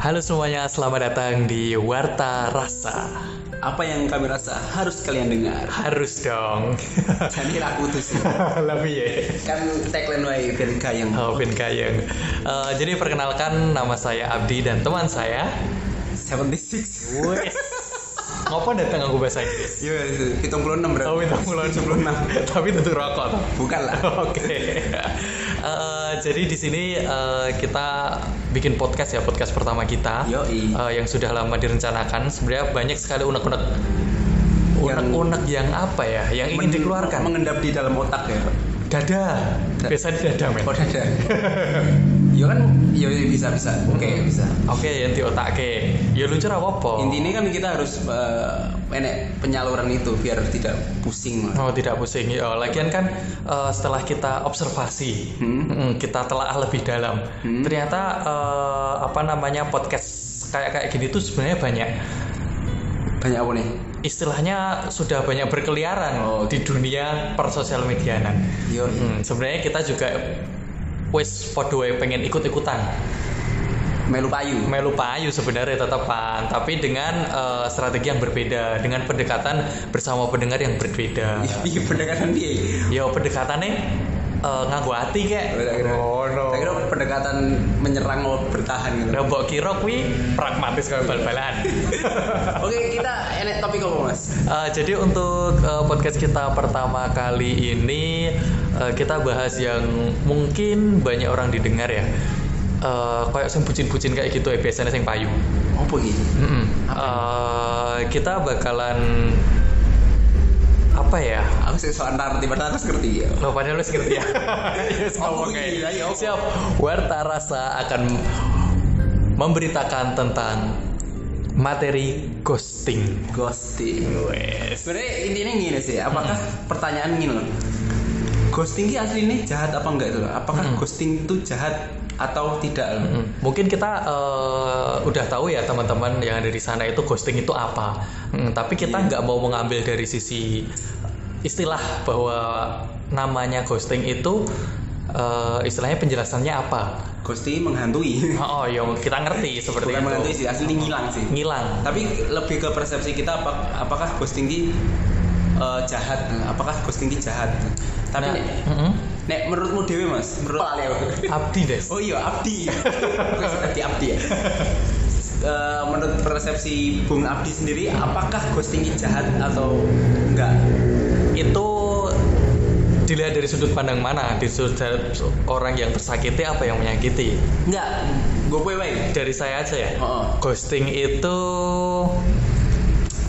Halo semuanya, selamat datang di Warta Rasa. Apa yang kami rasa harus kalian dengar. Harus dong. Jadi aku tuh sih. Lebih ya. Kan tagline wae biar kayang. Oh, Ben Kayeng. Eh, jadi perkenalkan nama saya Abdi dan teman saya. 76. Wes. Ngapa datang aku bahasa Inggris? Yo, hitung puluh enam berarti. Oh, itu mulai sebelum Tapi tentu rokok. toh. Bukan lah. Oke. Eh, jadi di sini eh, kita bikin podcast ya, podcast pertama kita. Yoi. Eh, yang sudah lama direncanakan. Sebenarnya banyak sekali unek-unek. Yang- Unek-unek yang apa ya? Yang ingin Men- dikeluarkan. Mengendap di dalam otak ya. Dada. Da- Biasa di dada, men. Oh, Oke, ada. Yo kan, yo bisa bisa. Oke bisa. yang diotake. Ya lucu apa apa? Intinya kan kita harus eh, enek penyaluran itu biar tidak pusing lah. Oh, tidak pusing. Ya, lagian kan eh, setelah kita observasi, Hmm? mm, kita telaah lebih dalam. Ternyata eh, apa namanya podcast kayak kayak gini tuh sebenarnya banyak. Banyak apa nih? Istilahnya sudah banyak berkeliaran Oh. di dunia persosial medianan. Yo. Mm, sebenarnya kita juga wes podo wae pengen ikut-ikutan. Melu payu. melu payu sebenarnya tetepan tapi dengan eh, strategi yang berbeda dengan pendekatan bersama pendengar yang berbeda Iya pendekatan dia. ya pendekatannya eh, nganggo hati kek Oh, Tak kira, tak kira pendekatan menyerang lo bertahan gitu. Lah, mbok kira kuwi pragmatis kalau bal-balan Oke kita enek topik apa mas? Eh, jadi untuk eh, podcast kita pertama kali ini eh, kita bahas yang mungkin banyak orang didengar ya Eh, kayak sing bucin-bucin kayak gitu ya biasanya sing payu Apa gitu? Mm-mm. Eh, kita bakalan apa ya? Aku sih soal narti, padahal aku ngerti ya. Lo padahal lu ngerti ya. Yes, Oh, ngomong gitu. iya, aja. iya, iya. Siap. Warta Rasa akan memberitakan tentang materi ghosting. Ghosting. Sebenarnya intinya gini sih, apakah pertanyaan gini loh? Ghosting ini asli ini jahat apa enggak itu? loh? Apakah Hmm. ghosting itu jahat atau tidak? loh? Mm, Mungkin kita eh, udah tahu ya teman-teman yang ada di sana itu ghosting itu apa. Mm, tapi kita nggak mau mengambil dari sisi istilah bahwa namanya ghosting itu eh, istilahnya penjelasannya apa. Ghosting menghantui, Oh, oh, ya kita ngerti seperti itu. bukan Hmm. menghantui sih, asli ini ngilang sih. Ngilang. Tapi lebih ke persepsi kita apa- apakah ghosting ini eh, jahat? Apakah ghosting ini jahat? Tapi Nah, nek, mm-mm. nek menurutmu dewe Mas, menurut Abdi des. Oh iya, Abdi. Aku seperti Abdi ya. Eh, menurut persepsi Bung Abdi sendiri, apakah ghosting ini jahat atau enggak? itu dilihat dari sudut pandang mana di sudut orang yang tersakiti apa yang menyakiti Enggak, gue poe wae. dari saya aja ya Heeh. ghosting itu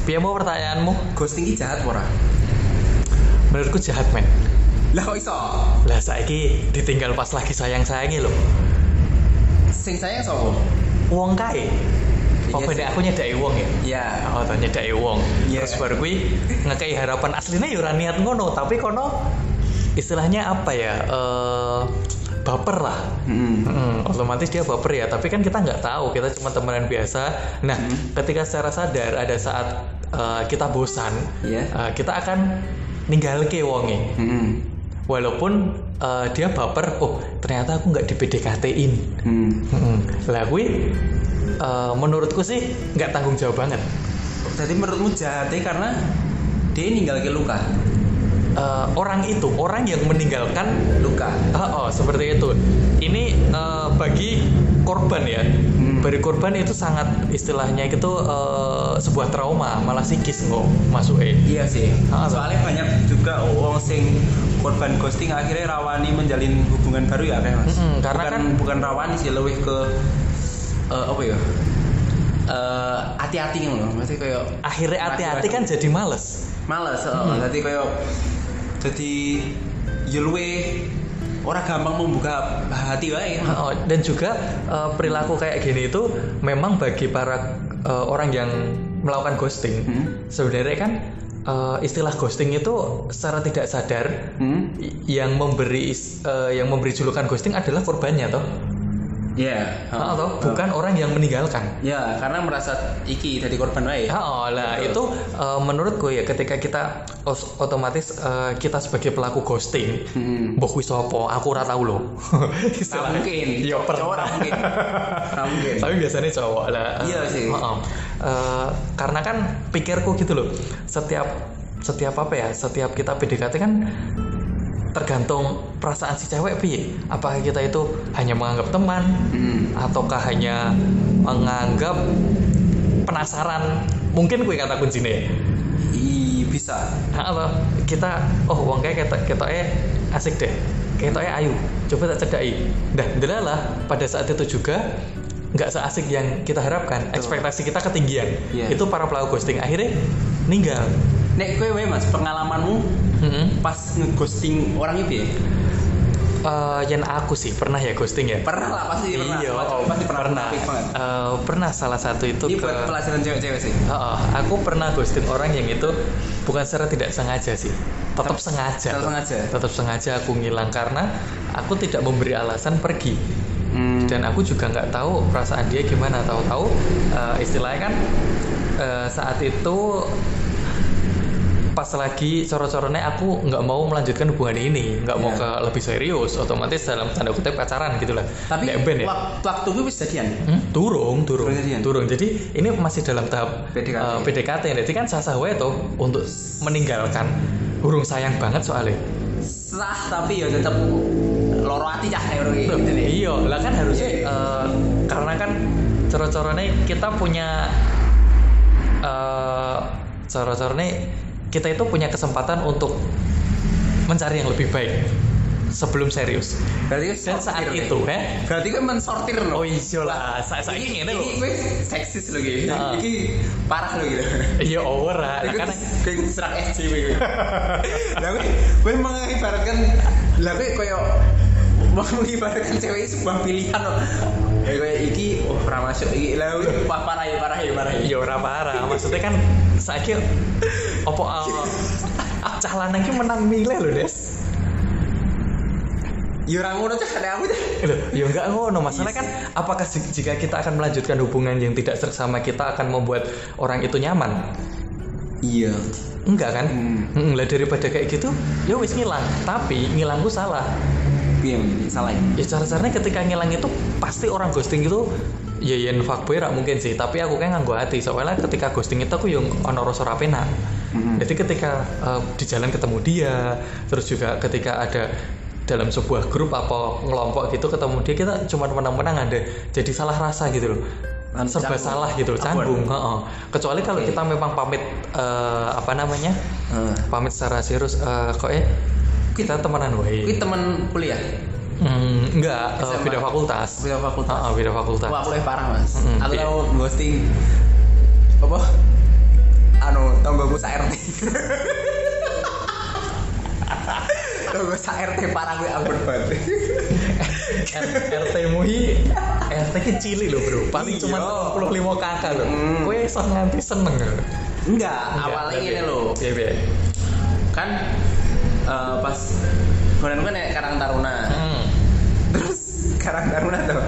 Pia mau pertanyaanmu Ghosting ini jahat ora? menurutku jahat men Lah kok iso? lah saiki ditinggal pas lagi sayang sayangi loh Sing sayang sapa? wong kae apa Iya beda sih. aku nyedai wong ya Ya, Oh, tanya dai wong. Iya. Terus baru kui ngekei harapan aslinya yo ora niat ngono, tapi kono istilahnya apa ya? Eh baper lah. Mm-mm. Mm, otomatis dia baper ya, tapi kan kita nggak tahu, kita cuma temenan biasa. Nah, Mm-hmm. ketika secara sadar ada saat eh, kita bosan, Iya. eh, kita akan ninggal ke wonge. Mm-mm. Walaupun eh, dia baper, oh ternyata aku nggak di PDKT-in. Hmm. Mm-mm. Lah kui eh, menurutku sih nggak tanggung jawab banget. Jadi menurutmu jahatnya karena dia ninggal ke luka, Eh, orang itu orang yang meninggalkan luka. oh, oh, seperti itu ini eh, bagi korban ya bagi korban itu sangat istilahnya itu eh, sebuah trauma malah psikis kok masuk eh Iya sih. Ah, Soalnya banyak juga wong sing korban ghosting akhirnya rawani menjalin hubungan baru ya kayak mas. Mm-mm, karena bukan, kan- bukan rawani sih lebih ke eh, apa ya? Eh, hati-hati gitu loh. Maksudnya kayak akhirnya hati-hati kan jadi males males. oh. Jadi kayak jadi ya luwe orang gampang membuka hati wae. Oh, dan juga eh, perilaku kayak gini itu memang bagi para eh, orang yang melakukan ghosting Hmm. sebenarnya kan eh, istilah ghosting itu secara tidak sadar Hmm? yang memberi is- eh, yang memberi julukan ghosting adalah korbannya toh Ya. ha. atau bukan orang yang meninggalkan Ya, karena merasa iki dari korban wae. Ya, oh, lah itu eh, menurut gue ya ketika kita os- otomatis eh, kita sebagai pelaku ghosting, Hmm. mbok kuwi sapa? Aku ora tahu loh. Tak Istilahnya. mungkin. Ya, per- Cowok tak mungkin. Tak mungkin. Tapi biasanya cowok lah. Iya sih. Heeh. Eh, karena kan pikirku gitu loh. Setiap setiap apa ya? Setiap kita PDKT kan tergantung perasaan si cewek piye. Apakah kita itu hanya menganggap teman Hmm. ataukah hanya menganggap penasaran? Mungkin kue kata kuncinya. I bisa. Nah, apa kita oh wong kae ketok ketoke asik deh. Ketoke ayu. Coba tak cedai. Dah, delalah pada saat itu juga nggak seasik yang kita harapkan. Ekspektasi kita ketinggian. Iya. Itu para pelaku ghosting akhirnya ninggal. Nek kowe wae Mas, pengalamanmu Mm-mm. pas ngeghosting orang itu ya? Eh, yang aku sih pernah ya ghosting ya. Pernah lah pasti pernah. Iya, Mas, oh, pasti pernah. pernah. Aktif banget. Eh, pernah salah satu itu Ini ke buat pelajaran cewek-cewek sih. Heeh, aku pernah ghosting orang yang itu bukan secara tidak sengaja sih, tetap sengaja. Secara sengaja. tetap sengaja aku ngilang karena aku tidak memberi alasan pergi Hmm. dan aku juga nggak tahu perasaan dia gimana tahu-tahu eh, istilahnya kan eh, saat itu pas lagi coro-coronnya aku nggak mau melanjutkan hubungan ini nggak mau ke Iya. lebih serius otomatis dalam tanda kutip pacaran gitulah Tapi Nek ben ya. wak- waktu itu bisa jadian. Hmm, turung, turung, Turun jadian? turung. Jadi ini masih dalam tahap PDKT. eh, PDKT. Jadi kan sah-sah wae tuh untuk meninggalkan. Hurung sayang banget soalnya. Sah tapi ya tetap loro hati cah kayak orang Loh, gitu nih. Iya, lah kan harusnya eh, karena kan coro-corone kita punya eh coro-corone kita itu punya kesempatan untuk mencari yang lebih baik sebelum serius. Berarti kan Dan saat sortir, itu, nih. eh Berarti kan mensortir Oh loh. iya lah, saya saya Iki- ini loh. Iki gue seksis loh gitu. Heeh. Iki parah loh gitu. Iya, ora. Lah Gue kan dis- gue diserang SJW gue. gitu. Lah gue gue mengibaratkan lah gue koyo mengibaratkan cewek ini sebuah pilihan loh. Ya gue iki oh ora masuk iki lah gue wah, parah ya parah ya parah ya. Ya ora parah, maksudnya kan saiki opo uh, cah lanang ki menang milih lho, Des. Ya ora ngono cah ada aku cah. Loh, ya enggak ngono. Masalahnya kan apakah ji- jika kita akan melanjutkan hubungan yang tidak seksama kita akan membuat orang itu nyaman? Iya. Enggak kan? Hmm. Mm, lah daripada kayak gitu, ya wis ngilang. Tapi ngilangku salah. Piye salah ya? Ya cara-caranya ketika ngilang itu pasti orang ghosting itu ya yen fuckboy ra mungkin sih, tapi aku kayak nganggo hati. Soalnya ketika ghosting itu aku yang ono rasa ra penak. Jadi ketika eh, di jalan ketemu dia, terus juga ketika ada dalam sebuah grup apa ngelompok gitu ketemu dia kita cuma menang-menang ada jadi salah rasa gitu loh Kan serba canggung. salah gitu loh canggung heeh. kecuali kalau kita memang pamit eh, apa namanya Heeh. pamit secara serius eh, kok eh kita temenan Kuwi wae temen kuliah. Hmm, enggak eh, SMA. beda fakultas Beda fakultas. Heeh, beda fakultas Wah, aku lebih parah mas. Mm-mm. Aku Iya. tau ghosting apa? Anu, tonggoku sa RT. Tonggo sa RT parah ya gue anggur banget. RT MUI RT ki cilik loh bro paling cuma Iya. 35 kakak loh Hmm. kowe iso nganti seneng lho. Enggak, awalnya tapi- ini loh. Iya, iya. Kan eh, pas kemarin kan naik Karang Taruna. Hmm. Terus Karang Taruna tuh.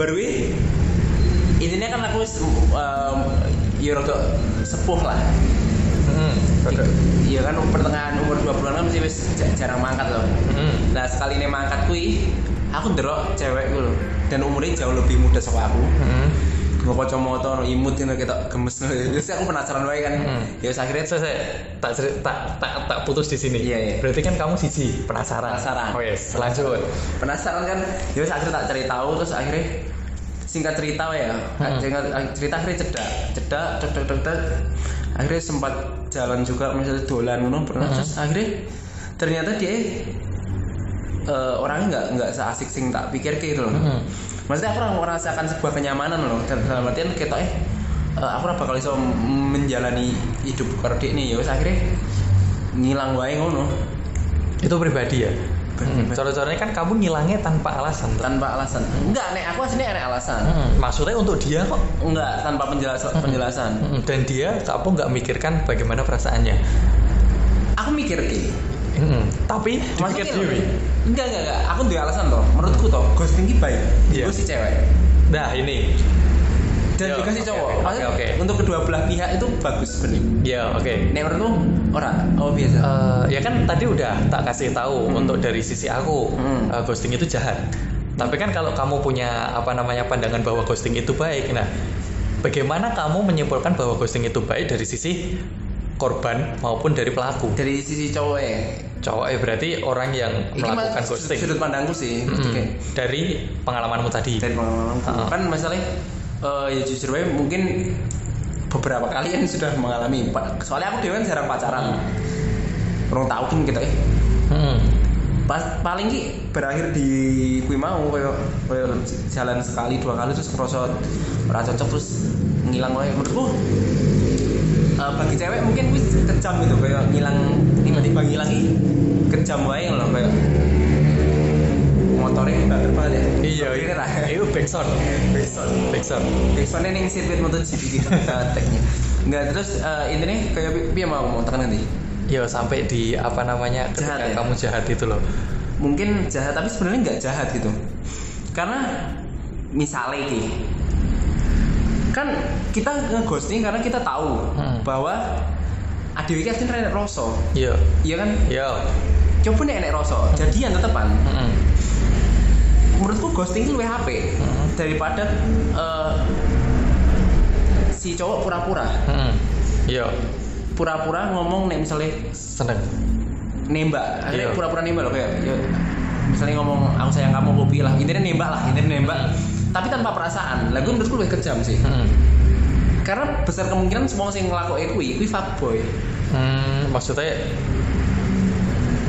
Baru gue- intinya kan aku um, ya rada sepuh lah. Hmm. Iya kan pertengahan umur 20-an kan mesti wis ja- jarang mangkat loh. Hmm. Nah, sekali ini mangkat kuwi aku ndelok cewek kuwi lho. Dan umurnya jauh lebih muda saka aku. Hmm. Gue kacamata ono imut ngono ketok gemes ngono. Terus aku penasaran wae kan. Hmm. Ya wis akhirnya Saya, saya tak, ceri- tak tak tak putus di sini. Iya, iya. Berarti kan kamu siji penasaran. Penasaran. Oh yes, lanjut. penasaran kan. Ya wis akhirnya tak ceritau terus akhirnya singkat cerita wae ya. Hmm. Singkat cerita akhirnya cedak, cedak, cedak, cedak, cedak. Akhirnya sempat jalan juga misalnya dolan ngono pernah Hmm. terus akhirnya ternyata dia eh, orangnya nggak nggak seasik sing tak pikir kayak gitu loh. Hmm. Maksudnya aku orang merasakan sebuah kenyamanan loh dan dalam artian kita eh eh, aku ora bakal iso m- menjalani hidup karo dia nih ya wis akhirnya ngilang wae ngono Itu pribadi ya. Hmm. Cara-caranya kan kamu ngilangnya tanpa alasan. tuh. tanpa alasan. Enggak, nek aku aslinya ada alasan. Hmm. Maksudnya untuk dia kok. Enggak, tanpa penjelasan penjelasan. Hmm. Dan dia kamu nggak mikirkan bagaimana perasaannya. Aku mikir ki, Mm-mm. Tapi Maksudnya dipikir lho, dewi. Enggak, enggak, enggak. Aku duwe alasan toh. Menurutku toh, ghosting ki baik. Iya. Gue si cewek. Nah ini, Dan Yo, juga si oke, cowok. oke, Maksudnya oke, oke. Untuk kedua belah pihak itu bagus benih. ya oke. Nek menurutmu ora? Oh biasa. Eh, ya kan tadi udah tak kasih tahu Hmm. untuk dari sisi aku Hmm. eh, ghosting itu jahat. Tapi kan kalau kamu punya apa namanya pandangan bahwa ghosting itu baik, nah bagaimana kamu menyimpulkan bahwa ghosting itu baik dari sisi korban maupun dari pelaku? Dari sisi cowok ya. Cowok ya berarti orang yang Ini melakukan mas- ghosting. Sudut pandangku sih. Mm-mm. Oke. Dari pengalamanmu tadi. dari pengalaman Heeh. kan masalahnya eh, ya jujur aja mungkin beberapa kalian sudah mengalami Pa- soalnya aku dewan jarang pacaran Mm. orang tahu kan kita eh Hmm. Pas- paling ki berakhir di kui mau koyo koyo jalan sekali dua kali terus kerosot ora cocok terus ngilang wae menurutku eh, bagi cewek mungkin wis kejam gitu koyo ngilang tiba-tiba ngilang ki kejam wae loh koyo motornya banter banget ya Iya, Sopirnya iya. lah. Itu backsound. Besok. Backsound. Backsoundnya yang sirkuit MotoGP gitu nah, tagnya Nggak terus eh, intinya kayak pi- piye mau mau tekan nanti Ya sampai di apa namanya ketika Jahat ya? kamu jahat itu loh. Mungkin jahat tapi sebenarnya nggak jahat gitu Karena misalnya ki Kan kita ngeghosting karena kita tahu Hmm. bahwa Adewi kan nek rasa. Iya. Iya kan? Iya. Coba nek nek rasa, jadian tetepan. Mm-mm. Menurutku ghosting itu lebih HP daripada eh, si cowok pura-pura. Mm-mm. Iya. pura-pura ngomong nih misalnya Seneng. nembak akhirnya Iya. pura-pura nembak loh kayak ya, misalnya ngomong aku sayang kamu aku pilih lah intinya nembak lah intinya nembak tapi tanpa perasaan lagu menurutku lebih kejam sih Mm-mm. karena besar kemungkinan semua yang ngelakuin kui kui fuckboy Hmm, maksudnya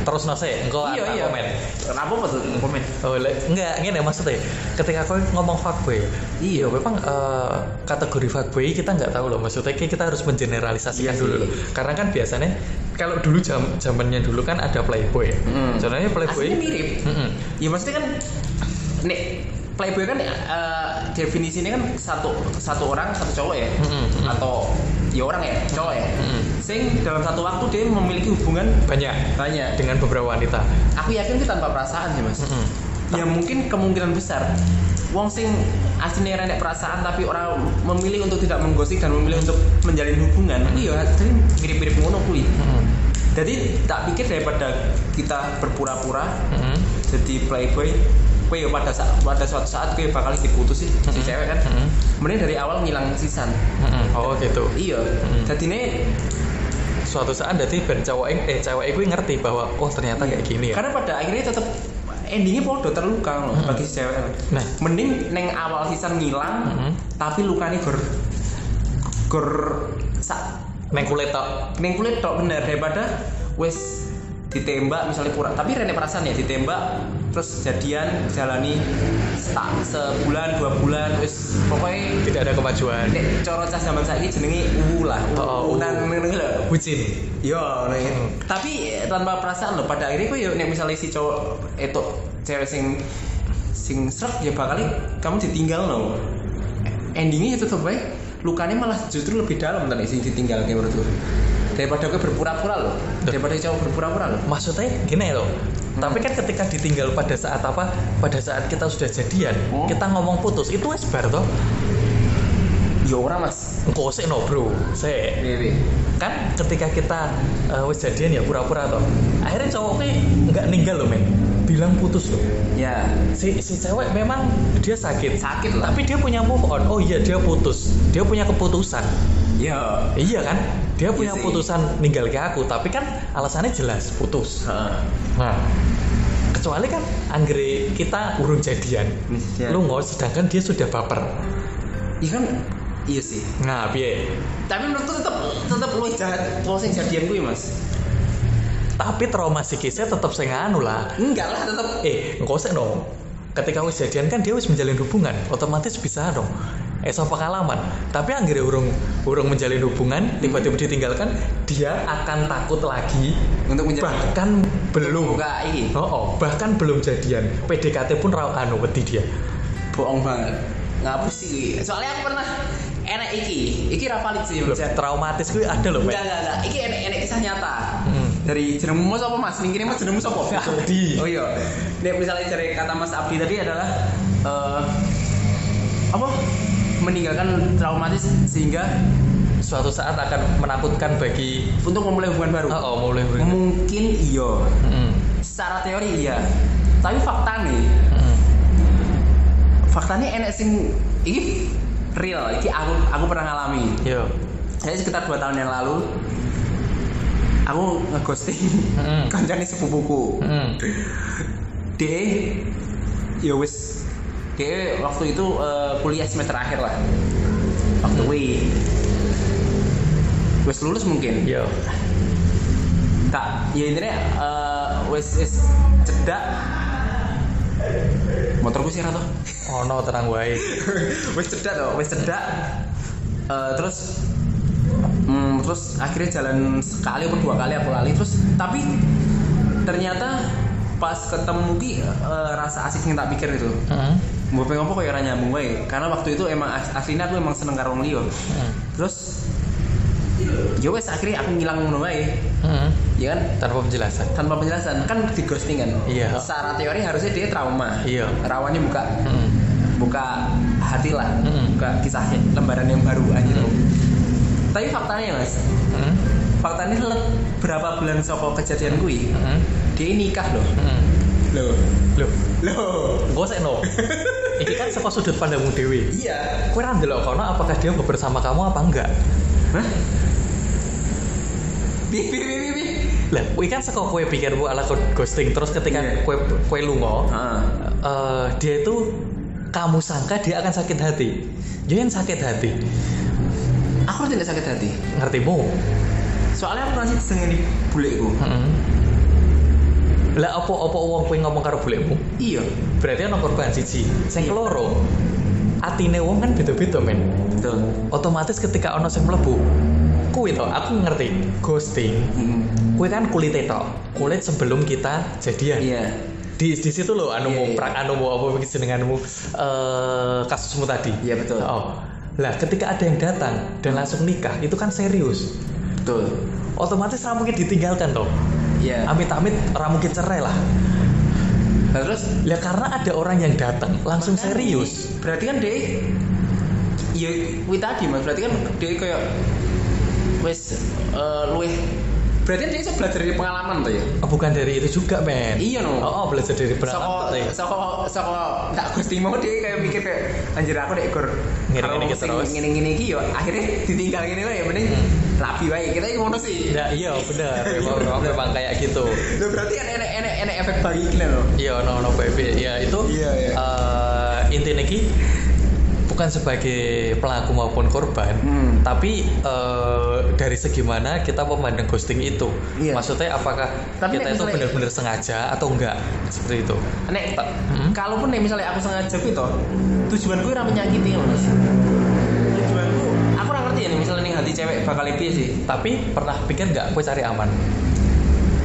terus nose engko iya anak iya komen. kenapa pas komen Oh, le- enggak, ngene maksudnya. Ketika aku ngomong fuckboy, iya memang eh, kategori fuckboy kita nggak tahu loh. Maksudnya kayak kita harus mengeneralisasikan Iya dulu sih. loh. Karena kan biasanya kalau dulu jam zamannya dulu kan ada playboy. Mm. Contohnya playboy. aslinya mirip Mm-mm. ya maksudnya kan nek playboy kan eh, definisinya kan satu satu orang satu cowok ya Mm-mm, mm-mm. atau ya orang ya cowok ya Mm-mm. sing dalam satu waktu dia memiliki hubungan Banyak banyak dengan beberapa wanita. aku yakin itu tanpa perasaan sih mas Mm-mm. ya mungkin kemungkinan besar wong sing aslinya renek perasaan tapi orang memilih untuk tidak menggosip dan memilih untuk menjalin hubungan iya jadi mirip-mirip ngono kuwi Mm-mm. jadi tak pikir daripada kita berpura-pura Mm-mm. jadi playboy kowe ya pada saat pada suatu saat kowe bakal diputus sih si Mm-hmm. cewek kan Mm-mm. mending dari awal ngilang sisan Mm-mm. Oh gitu. iya jadi ini Suatu saat nanti ben cowok eh cewek gue ngerti bahwa oh ternyata kayak gini ya. karena pada akhirnya tetap endingnya podo terluka loh Mm-mm. bagi si cewek Nah. mending neng awal sisan ngilang Mm-mm. tapi lukanya gor gor sa, Neng kulit tok. neng kulit tok bener daripada wes ditembak misalnya pura tapi rene perasaan ya ditembak terus jadian jalani tak sebulan dua bulan wes pokoknya Tidak ada kemajuan. nek coro cah zaman saiki jenenge uwu lah Oh, uwu nang ngene lho Bucin. yo nek tapi eh, tanpa perasaan loh pada akhirnya kok yo nek misalnya si cowok itu cewek sing sing srek ya bakal kamu ditinggal loh endingnya itu tuh baik lukanya malah justru lebih dalam tadi sing ditinggal kayak menurutku daripada gue berpura-pura loh daripada cowok berpura-pura loh maksudnya gini loh tapi kan ketika ditinggal pada saat apa pada saat kita sudah jadian Hmm. kita ngomong putus itu wes bar toh yo Ya ora mas engko sik no bro sik Dewi kan ketika kita eh, wes jadian ya pura-pura toh akhirnya cowoknya nggak ninggal loh men bilang putus loh ya si, si cewek memang dia sakit Sakit lah. tapi dia punya move on oh iya dia putus dia punya keputusan ya iya kan dia punya sih. putusan ninggal ke aku tapi kan alasannya jelas putus Nah, kecuali kan anggere kita urung jadian. Iya. Lu ngos sedangkan dia sudah baper. iya kan iya sih Nah, piye? tapi menurutku tetap tetap lu jahat lu sing jadian gue mas Tapi trauma psikisnya tetap sing anu lah. enggak lah tetap Eh, engko sik dong. Ketika wis jadian kan dia wis menjalin hubungan, otomatis bisa dong. Esok pengalaman. Tapi anggere urung urung menjalin hubungan, tiba-tiba ditinggalkan, dia akan takut lagi. untuk menjadi Bahkan belum. enggak ini Oh, oh, bahkan belum jadian. PDKT pun ra anu wedi dia. bohong banget ngapus sih soalnya aku pernah enak iki iki ra valid sih Belum Jan. traumatis gue ada loh, enggak Mbak. enggak enggak iki enak enak kisah nyata Hmm. dari jenengmu mas apa mas? Ini mas jenengmu apa? Abdi. Oh iya. Nek misalnya dari kata Mas Abdi tadi adalah eh, apa? Meninggalkan traumatis sehingga suatu saat akan menakutkan bagi untuk memulai hubungan baru. oh, oh mulai mulai. Mungkin iya. Mm-mm. Secara teori iya. Tapi fakta nih, Mm-mm. fakta nih enek sing ini real. Iki aku aku pernah ngalami. Yo. Saya sekitar 2 tahun yang lalu aku ngeghosting Mm-mm. kancane sepupuku. Mm-mm. Dia ya wis dia waktu itu eh, kuliah semester akhir lah. Waktu kuwi wis lulus mungkin. Yo. Tak, ya intinya eh, wis wis cedak motorku sih atau Oh no tenang wae. wis cedak toh, wis cedak. Eh, terus mm, terus akhirnya jalan sekali atau dua kali aku lali terus tapi ternyata pas ketemu ki eh, rasa asik yang tak pikir itu. Mm-mm. Mau pengen apa kok ya ora nyambung wae karena waktu itu emang as- aslinya aku emang seneng karo wong liya. Mm. Terus ya wes akhirnya aku ngilang ngono wae. Mm-mm. Ya kan? Tanpa penjelasan. tanpa penjelasan kan di ghosting kan Iya. secara teori harusnya dia trauma Iya. rawannya buka Mm-mm. buka hati lah Mm-mm. buka kisahnya lembaran yang baru aja Mm-mm. tapi faktanya mas Mm-mm. faktanya le- berapa bulan soko kejadian kui Mm-mm. dia nikah loh Mm-mm. loh Hmm. Loh, loh gue no. Iki kan saka sudut pandangmu dewi. iya Kue ra ndelok kono apakah dia bersama kamu apa enggak? Hah? bi bi bi bi bi Lah, kuwi kan saka kue pikirmu ala kau ghosting terus ketika Iya. kue kue lungo, Ah. eh, dia itu kamu sangka dia akan sakit hati. Dia yang sakit hati. aku tidak sakit hati Ngertimu? soalnya aku masih sedang ini buleku Heeh. Hmm. Lah apa apa wong kue ngomong karo bulekmu? iya Berarti ana korban siji. Sing Iya. keloro. Atine wong kan beda-beda men. betul Otomatis ketika ono sing mlebu, kuwi to aku ngerti ghosting Mm. kue kan kulit tok kulit sebelum kita jadian iya di di situ loh anu Iya, mau iya. prak anu mau apa begitu denganmu eh kasusmu tadi iya betul oh lah ketika ada yang datang dan langsung nikah itu kan serius betul otomatis ra mungkin ditinggalkan toh iya amit-amit ra mungkin cerai lah Nah, terus lah karena ada orang yang datang langsung serius berarti kan deh ya kuwi tadi mas berarti kan deh kayak wes eh luwih berarti kan deh belajar dari pengalaman tuh ya Oh, bukan dari itu juga men Iya, no. oh, oh, belajar dari eh. soko pengalaman so, soko soko tak gusti mau deh kayak mikir kayak anjir aku deh kur Ngene-ngene iki terus. ngene ngene iki yo akhirnya ditinggal ngene wae mending rapi wae kita iki ngono sih nah, iya benar memang, memang- memang kayak gitu Lho, berarti kan enek enek enek efek bagi iki lho Iya, no no baby. Ya itu Iya, iya. eh, intinya ki bukan sebagai pelaku maupun korban, Hmm. tapi eh, dari segi mana kita memandang ghosting itu. Iya. Maksudnya apakah Tapi kita nek itu misalnya- benar-benar sengaja atau enggak seperti itu? nek Ta- hmm? kalaupun nek misalnya aku sengaja kuwi toh tujuan kuwi ora menyakiti lho Mas. Tujuanku aku ora ngerti ya nih, misalnya nih hati cewek bakal piye sih. Tapi pernah pikir nggak, gue cari aman?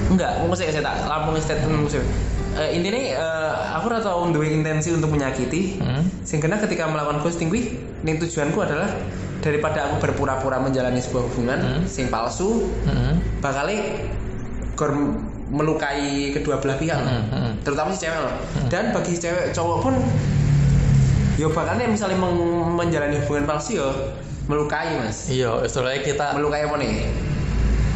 Enggak, aku sik sik tak lampung statement sik. Eh intinya eh, aku ora tau duwe intensi untuk menyakiti. Hmm? Sing kena ketika melakukan ghosting kuwi ning tujuanku adalah daripada aku berpura-pura menjalani sebuah hubungan Hmm. sing palsu Hmm? bakale gor melukai kedua belah pihak lho. Hmm, hmm. terutama si cewek loh dan bagi cewek cowok pun ya bahkan ya misalnya meng- menjalani hubungan palsu ya melukai mas Iya, soalnya kita. melukai apa nih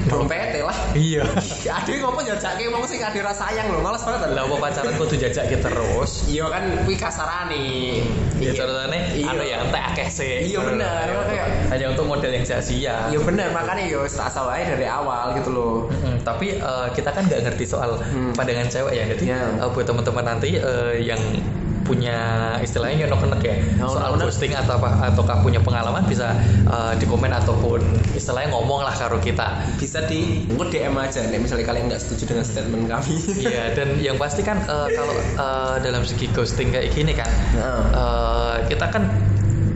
dompet ya lah Iya. ada yang ngomong jajak kayak sih ada rasa sayang loh males banget Lah, apa pacaran kudu jajak kita terus? iya kan kui kasaran nih Ya contohnya, Iya. anu ya entek akeh sih. Iya, bener. Kayak- Hanya untuk model yang sia-sia. ya bener makanya ya tak asal aja dari awal gitu loh Mm, tapi eh, kita kan nggak ngerti soal Hmm. pandangan cewek ya jadi Ya. eh, buat teman-teman nanti eh, yang punya istilahnya enak-enak ya Oh, soal enak-enak. ghosting atau apa ataukah punya pengalaman bisa eh, di komen ataupun istilahnya ngomong lah karo kita bisa di nge DM aja nih misalnya kalian nggak setuju dengan statement kami Iya dan yang pasti kan eh, kalau eh, dalam segi ghosting kayak gini kan Heeh. eh, kita kan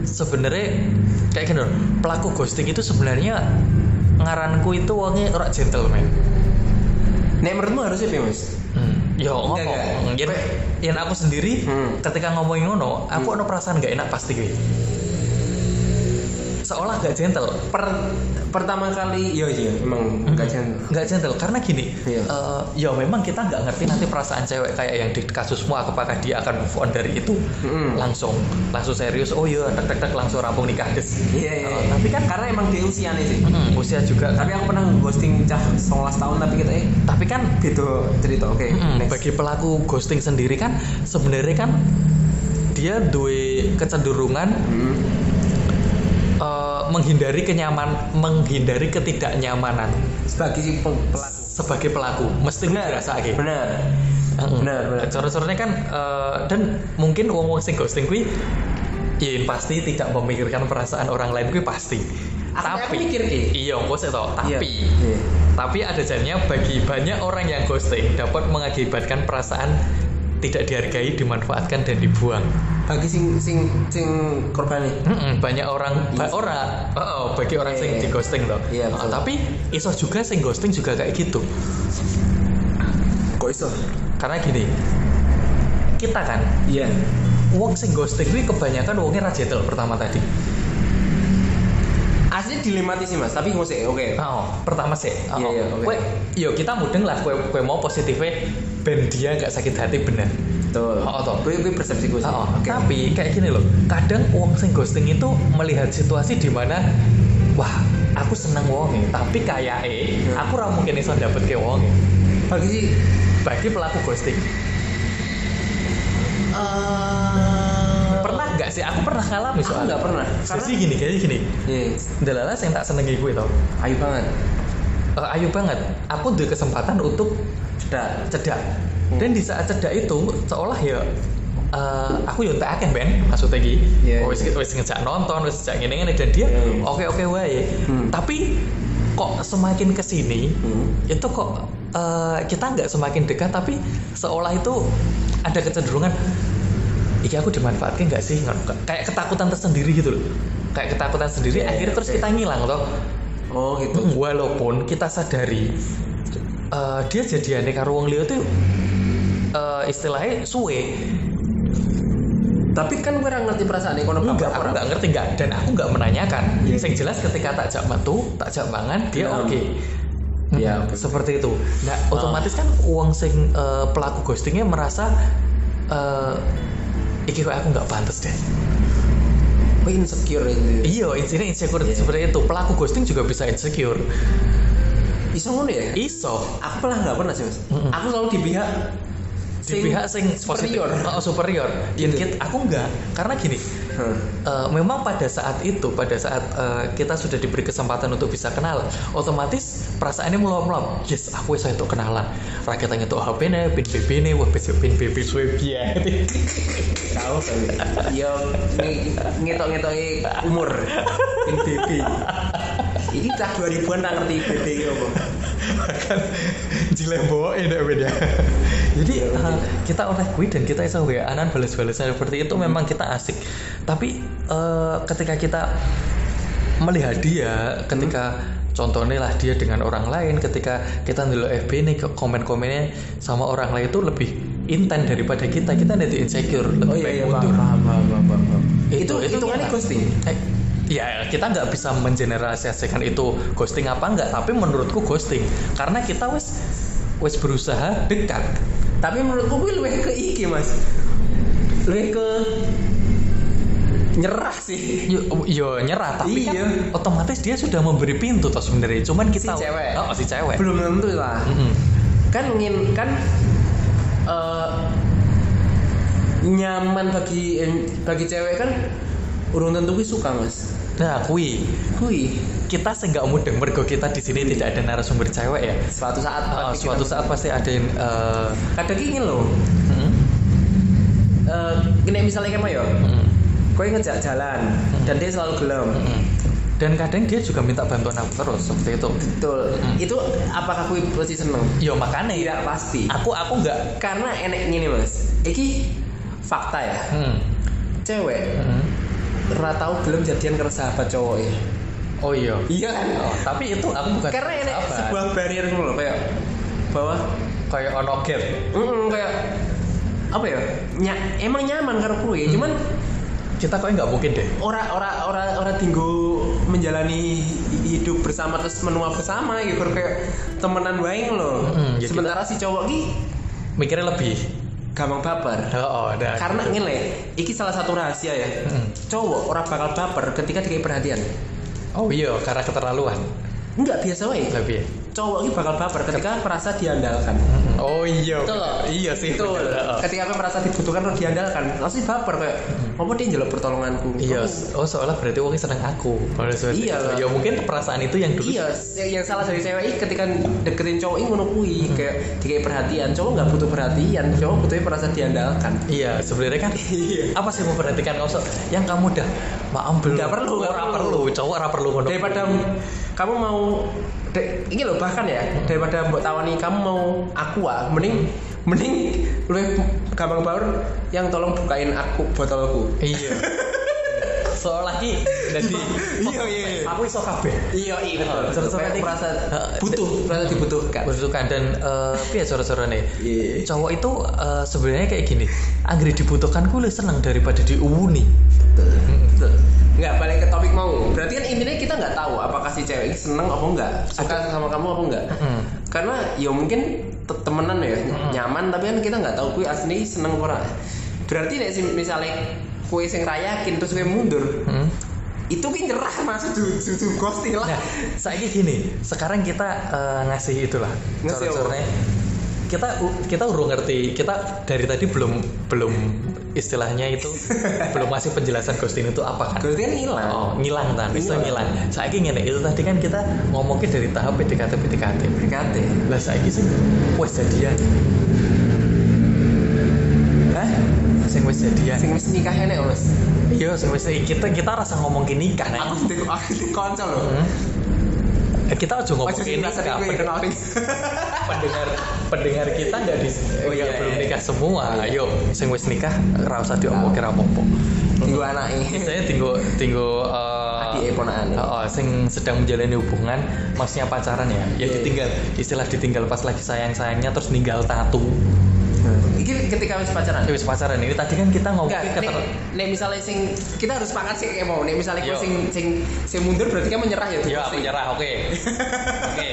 sebenarnya kayak gini loh, pelaku ghosting itu sebenarnya ngaranku itu wonge ora gentleman. nek menurutmu harusnya piye mas Hmm. Yo Enggak, ngomong. Yen, enggak. yen aku sendiri Iya, Hmm. ketika ngomongin ngono, aku ono perasaan gak enak pasti gue. Seolah gak gentle. per pertama kali iya iya emang nggak jangan nggak gentle karena gini Iya. eh, ya memang kita nggak ngerti nanti perasaan cewek kayak yang di kasusmu apakah dia akan move on dari itu Mm-mm. langsung langsung serius oh iya tek tek tek langsung rampung nikah des iya iya Eh, tapi kan karena emang dia usianya sih mm, usia juga tapi aku pernah ghosting cah 11 tahun tapi kita eh tapi kan gitu cerita oke mm, next bagi pelaku ghosting sendiri kan sebenarnya kan dia duwe kecenderungan Hmm. eh, menghindari kenyaman menghindari ketidaknyamanan sebagai si pe- pelaku sebagai pelaku mesti ngerasa gitu benar Hmm. Heeh. Benar, benar. Cara-caranya kan eh, dan mungkin wong wong sing ghosting kuwi ya pasti tidak memikirkan perasaan orang lain kuwi pasti. Aku- aku tapi mikir, Ki. iya engko sih toh, tapi Iya. Iya. tapi ada jadinya bagi banyak orang yang ghosting dapat mengakibatkan perasaan tidak dihargai, dimanfaatkan dan dibuang. bagi sing sing sing korban nih Mm-mm, banyak orang ba- Iya. orang oh, oh, bagi orang sing Iya. di ghosting toh. Iya, Ah, betul. tapi iso juga sing ghosting juga kayak gitu. kok iso Karena gini, kita kan iya wong sing ghosting kuwi kebanyakan wonge ra jetel pertama tadi. aslinya dilematis sih mas tapi ngosek oke Oh, pertama sih. Oh, Iya, iya, oke. Kowe- yo kita mudeng lah kowe kowe mau positifnya ben dia nggak sakit hati bener. betul Oh, toh. gue gue persepsi gue sih Oh, oke tapi kayak gini loh. Kadang wong sing ghosting itu melihat situasi di mana wah, aku seneng wonge, tapi kayak eh Hmm. aku ra mungkin iso dapet ke wonge. bagi si Bagi pelaku ghosting. Pernah nggak sih? Aku pernah ngalami Eh, aku soalnya. nggak pernah Karena... karena Sisi gini, kayak gini. iya Delala yang tak senengi gue tau. ayu banget Eh, ayu banget. Aku udah kesempatan untuk cedak cedak. Hmm. Dan di saat cedak itu seolah ya eh, aku yo entek akeh ben maksudnya iki. Iya, wis iya. wis ngejak nonton, wis ngejak ngene ngene dan dia Iya. oke-oke wae. Hmm. Tapi kok semakin ke sini itu kok eh, kita nggak semakin dekat tapi seolah itu ada kecenderungan iki aku dimanfaatkan nggak sih Ngono. kayak ketakutan tersendiri gitu loh kayak ketakutan sendiri Iya, akhirnya iya, terus iya. kita ngilang toh oh gitu walaupun kita sadari eh, dia jadiannya karo wong liya tuh eh, istilahnya suwe tapi kan gue nggak ngerti perasaan ekonomi enggak aku nggak ngerti enggak dan aku nggak menanyakan Iya. yang jelas ketika tak jak metu tak jak mangan dia Nah. oke Mm, Iya, Ah. oke. seperti itu nah otomatis kan uang sing eh, pelaku ghostingnya merasa eh, iki kok aku nggak pantas deh gue insecure gitu iya intinya insecure Iya. seperti itu pelaku ghosting juga bisa insecure iso ngono ya iso aku malah nggak pernah sih mas Mm-mm. aku selalu di pihak di pihak sing superior. positif. Oh, superior. Yang kita- aku enggak karena gini. Hmm. eh, memang pada saat itu, pada saat eh, kita sudah diberi kesempatan untuk bisa kenalan, otomatis perasaannya meluap-meluap. Yes, aku saya itu kenalan. Rakyat itu HP nih, pin BB nih, wah pin pin BB suwe biaya. tahu kali ya ngetok ngetok umur in BB ini cah 2000-an tak ngerti BB ini apa Kan Bahkan jilemboin ya beda. Jadi eh, kita oleh gue dan kita bisa anan balas-balasan seperti Hmm. itu memang kita asik. Tapi eh, ketika kita melihat dia, ketika Hmm. contohnya lah dia dengan orang lain, ketika kita ndelok FB nih ke- komen-komennya sama orang lain itu lebih intent daripada kita. Kita nanti insecure, lebih oh iya baik iya paham mundur. paham paham paham, paham. Itu- itu itu itu kan gimana? ghosting Eh, ya kita nggak bisa mengeneralisasikan itu ghosting apa enggak tapi menurutku ghosting karena kita wes wes berusaha dekat tapi menurutku gue lebih ke iki mas lebih ke nyerah sih yo, yo nyerah tapi Iya. kan otomatis dia sudah memberi pintu toh sebenarnya cuman kita Si cewek. oh, si cewek belum tentu lah Mm-mm. kan ingin kan eh, nyaman bagi eh, bagi cewek kan urung tentu gue suka mas nah kui kui kita seenggak mudeng mergo kita di sini tidak ada narasumber cewek ya Ah, suatu saat Oh, pasti suatu kita- saat pasti ada yang eh, kadang ini loh mm-mm, eh kena misalnya kamu ya mm-mm, kau ngejak jalan dan dia selalu gelem mm-mm. dan kadang dia juga minta bantuan aku terus seperti itu betul itu apakah aku pasti seneng yo makanya tidak pasti aku aku nggak karena enek gini mas iki fakta ya Hmm, cewek mm-mm. ora tau gelem jadian karo sahabat cowok ya Oh iya. iya kan Oh, tapi itu aku bukan karena enek sahabat. sebuah barrier ngono loh kayak bahwa kayak ono gap. mm, kayak apa ya nya- emang nyaman karo kue cuman Kita kayak nggak mungkin deh. ora ora ora ora tinggu menjalani i- hidup bersama terus menua bersama gitu kayak temenan wae loh. Mm-mm, ya Sementara si cowok ki mikirnya lebih gampang baper. oh, oh dah. Karena ngene, iki salah satu rahasia ya. Cowok orang bakal baper ketika dikasih perhatian. oh iya karena keterlaluan Enggak biasa wae. lebih Cowok ini bakal baper ketika merasa diandalkan. Mm-mm. oh iya Betul. iya sih Betul. Kan bener. Oh. Ketika aku merasa dibutuhkan atau diandalkan, langsung baper kayak, "Apa dia njaluk pertolonganku?" Iya, Kamu- oh soalnya berarti wongnya seneng aku. Pada saat Iya itu. lah. Ya mungkin perasaan itu yang dulu. Iya, yang- yang salah dari cewek ini ketika deketin cowok ini ngono kuwi, kayak dikasih perhatian. Cowok nggak butuh perhatian, cowok butuhnya merasa diandalkan. Iya, sebenarnya kan Iya. apa sih memperhatikan kau Sok? yang kamu udah maaf belum Nggak perlu, Oh, nggak ra perlu. perlu cowok ra perlu ngono Daripada kamu mau de- ini loh bahkan ya daripada mbok tawani kamu mau aqua mending mending lu gampang baur yang tolong bukain aku botolku iya soal lagi jadi Iya, iya, iya. aku iso kabeh iya iya betul Sampai- Kayak sampai- merasa Heeh. butuh merasa dibutuhkan Bersukan dan eh piye suara-suara nih Iya. cowok itu eh, sebenarnya kayak gini anggere dibutuhkan ku lebih seneng daripada diuwuni Betul, betul. Nggak balik ke topik mau. Berarti kan intinya kita nggak tahu apakah si cewek ini seneng apa enggak, suka sama kamu apa enggak. Mm. Karena ya mungkin te- temenan ya, nyaman tapi kan kita nggak tahu kue asli seneng apa ora. Berarti nek si- misalnya kue sing rayakin terus kue mundur, Hmm. itu kan nyerah masuk jujur ghosting lah. Nah, saya gini, sekarang kita eh, ngasih itulah Ngasih apa? corong-corongnya. Kita kita urung ngerti, kita dari tadi belum belum istilahnya itu belum ngasih penjelasan ghosting itu apa kan? Ghosting kan hilang. Oh, ngilang tan, bisa Ngilang. ngilang. Saya ngene itu tadi kan kita ngomongin dari tahap PDKT PDKT. PDKT. Lah saya sih wes jadian, Hah? sing wes jadian. Sing wis nikah enek Mas. Iya, sing wes kita kita rasa ngomongin nikah nah. Aku di aku di konco loh. Hmm. Eh, Kita aja Ojo sing ngomongin nikah sering nikah. kue kenal ring. pendengar pendengar kita nggak di Oh, iya, yang belum iya. nikah semua ayo sing wis nikah ra usah diomongke ra apa-apa Iku anake. saya tinggu tinggu Adike ponakane. Oh, sing sedang menjalani hubungan maksudnya pacaran ya ya Iya. ditinggal istilah ditinggal pas lagi sayang sayangnya terus ninggal tatu Iki ketika wis pacaran. Ya, wis pacaran ini tadi kan kita Enggak, ngomongin nek, keter nek misalnya sing kita harus sepakat sih kayak mau. Nek misalnya kue Yo. sing sing sing mundur berarti kan menyerah ya. ya pasti. aku nyerah oke oke